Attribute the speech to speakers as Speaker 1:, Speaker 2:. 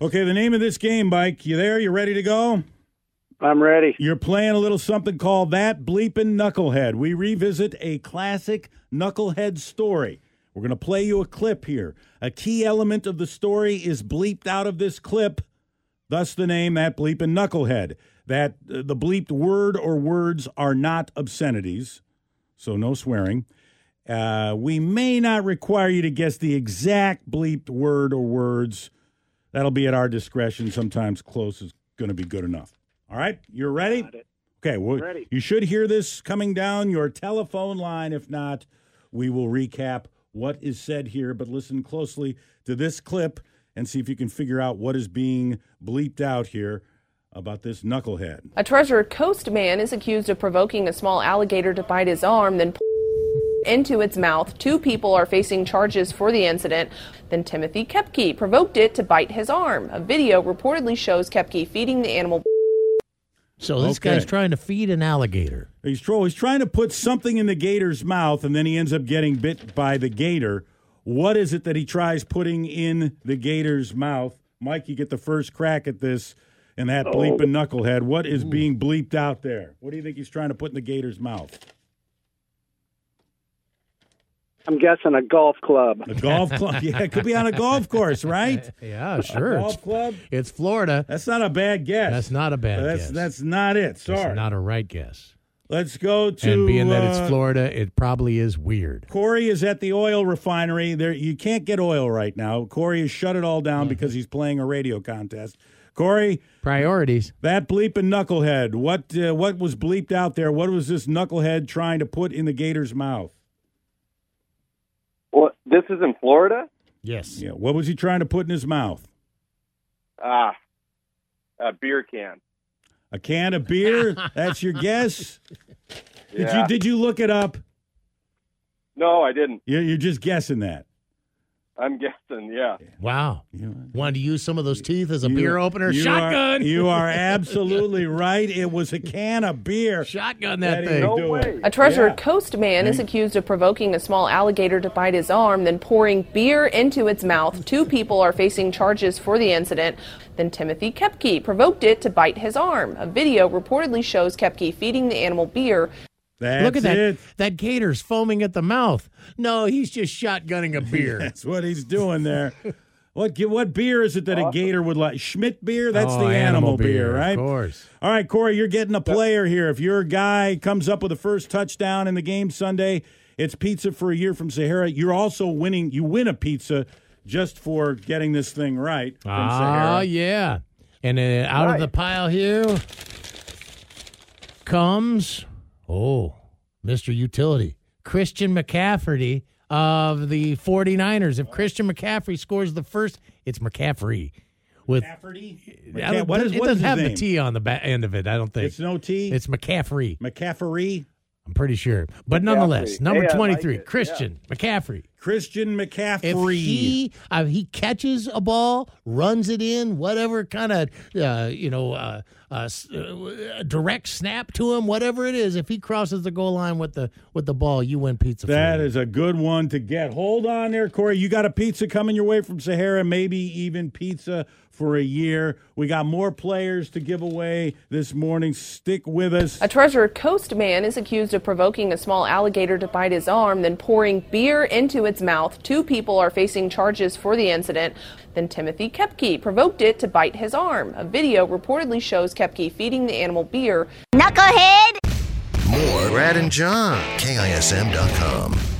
Speaker 1: Okay, the name of this game, Mike. You there? You ready to go?
Speaker 2: I'm ready.
Speaker 1: You're playing a little something called That Bleepin' Knucklehead. We revisit a classic knucklehead story. We're going to play you a clip here. A key element of the story is bleeped out of this clip, thus the name That Bleepin' Knucklehead. That uh, the bleeped word or words are not obscenities, so no swearing. Uh, we may not require you to guess the exact bleeped word or words. That'll be at our discretion. Sometimes close is going to be good enough. All right, you're ready?
Speaker 2: Got it.
Speaker 1: Okay, well,
Speaker 2: Ready.
Speaker 1: you should hear this coming down your telephone line. If not, we will recap what is said here, but listen closely to this clip and see if you can figure out what is being bleeped out here about this knucklehead.
Speaker 3: A Treasure Coast man is accused of provoking a small alligator to bite his arm, then into its mouth. Two people are facing charges for the incident. Then Timothy Kepke provoked it to bite his arm. A video reportedly shows Kepke feeding the animal.
Speaker 4: So this
Speaker 1: Okay.
Speaker 4: guy's trying to feed an alligator.
Speaker 1: He's, tro- he's trying to put something in the gator's mouth and then he ends up getting bit by the gator. What is it that he tries putting in the gator's mouth? Mike, you get the first crack at this and that bleeping knucklehead. What is being bleeped out there? What do you think he's trying to put in the gator's mouth?
Speaker 2: I'm guessing a golf club.
Speaker 1: A golf club. Yeah, it could be on a golf course, right?
Speaker 4: Yeah,
Speaker 1: A
Speaker 4: sure. It's,
Speaker 1: golf club.
Speaker 4: Uh, it's Florida.
Speaker 1: That's not a bad guess.
Speaker 4: That's not a bad
Speaker 1: that's,
Speaker 4: guess.
Speaker 1: That's not it.
Speaker 4: It's
Speaker 1: Sorry.
Speaker 4: not a right guess.
Speaker 1: Let's go to.
Speaker 4: and being that it's
Speaker 1: uh,
Speaker 4: Florida, it probably is weird.
Speaker 1: Corey is at the oil refinery. There, you can't get oil right now. Corey has shut it all down
Speaker 4: Mm-hmm.
Speaker 1: because he's playing a radio contest. Corey,
Speaker 4: Priorities.
Speaker 1: that bleeping knucklehead. What uh, what was bleeped out there? What was this knucklehead trying to put in the gator's mouth?
Speaker 5: Well, this is in Florida.
Speaker 4: Yes.
Speaker 1: Yeah. What was he trying to put in his mouth?
Speaker 5: Ah, a beer can.
Speaker 1: A can of beer. That's your guess. Did
Speaker 5: Yeah.
Speaker 1: you did you look it up?
Speaker 5: No, I didn't.
Speaker 1: You're, you're just guessing that.
Speaker 5: I'm guessing. Yeah.
Speaker 4: Wow.
Speaker 1: You-
Speaker 4: Wanted to use some of those teeth as a
Speaker 1: you-
Speaker 4: beer opener.
Speaker 1: you are-
Speaker 4: Shotgun.
Speaker 1: you are absolutely right. It was a can of beer.
Speaker 4: Shotgun that
Speaker 1: That
Speaker 4: thing.
Speaker 1: is-
Speaker 5: No
Speaker 1: do
Speaker 5: way.
Speaker 1: it.
Speaker 3: A Treasure
Speaker 1: Yeah.
Speaker 3: Coast man is accused of provoking a small alligator to bite his arm, then pouring beer into its mouth. Two people are facing charges for the incident. Then Timothy Kepke provoked it to bite his arm. A video reportedly shows Kepke feeding the animal beer.
Speaker 1: That's
Speaker 4: Look at that.
Speaker 1: it.
Speaker 4: That gator's foaming at the mouth. No, he's just shotgunning a beer.
Speaker 1: That's what he's doing there. What ge- what beer is it that a gator would like? Schmidt beer. That's
Speaker 4: Oh,
Speaker 1: the animal, beer, right?
Speaker 4: Of course.
Speaker 1: All right, Corey, you're getting a player here. If your guy comes up with the first touchdown in the game Sunday, it's pizza for a year from Sahara. You're also winning. You win a pizza just for getting this thing right from
Speaker 4: Ah,
Speaker 1: Sahara.
Speaker 4: yeah. And uh, out of the pile here comes, oh, Mr. Utility, Christian McCafferty of the 49ers. If Christian McCaffrey scores the first, it's McCaffrey. With
Speaker 1: Cafferty?
Speaker 4: I don't-
Speaker 1: McCa- what is,
Speaker 4: it
Speaker 1: what is
Speaker 4: doesn't
Speaker 1: his
Speaker 4: have
Speaker 1: name?
Speaker 4: the T on the ba- end of it, I don't think.
Speaker 1: It's no T.
Speaker 4: It's McCaffrey.
Speaker 1: McCaffrey.
Speaker 4: I'm pretty sure. But nonetheless,
Speaker 5: McCaffrey.
Speaker 4: number
Speaker 5: Hey, I like
Speaker 4: 23,
Speaker 5: it. Yeah.
Speaker 4: Christian McCaffrey.
Speaker 1: Christian McCaffrey.
Speaker 4: If he uh, he catches a ball, runs it in, whatever kind of uh, you know uh, uh, s- uh, direct snap to him, whatever it is, if he crosses the goal line with the with the ball, you win pizza.
Speaker 1: That
Speaker 4: for
Speaker 1: is a good one to get. Hold on there, Corey. You got a pizza coming your way from Sahara, maybe even pizza for a year. We got more players to give away this morning. Stick with us.
Speaker 3: A Treasure Coast man is accused of provoking a small alligator to bite his arm, then pouring beer into its mouth. Two people are facing charges for the incident. Then Timothy Kepke provoked it to bite his arm. A video reportedly shows Kepke feeding the animal beer.
Speaker 6: Knucklehead!
Speaker 7: More Brad and John. KISM.com.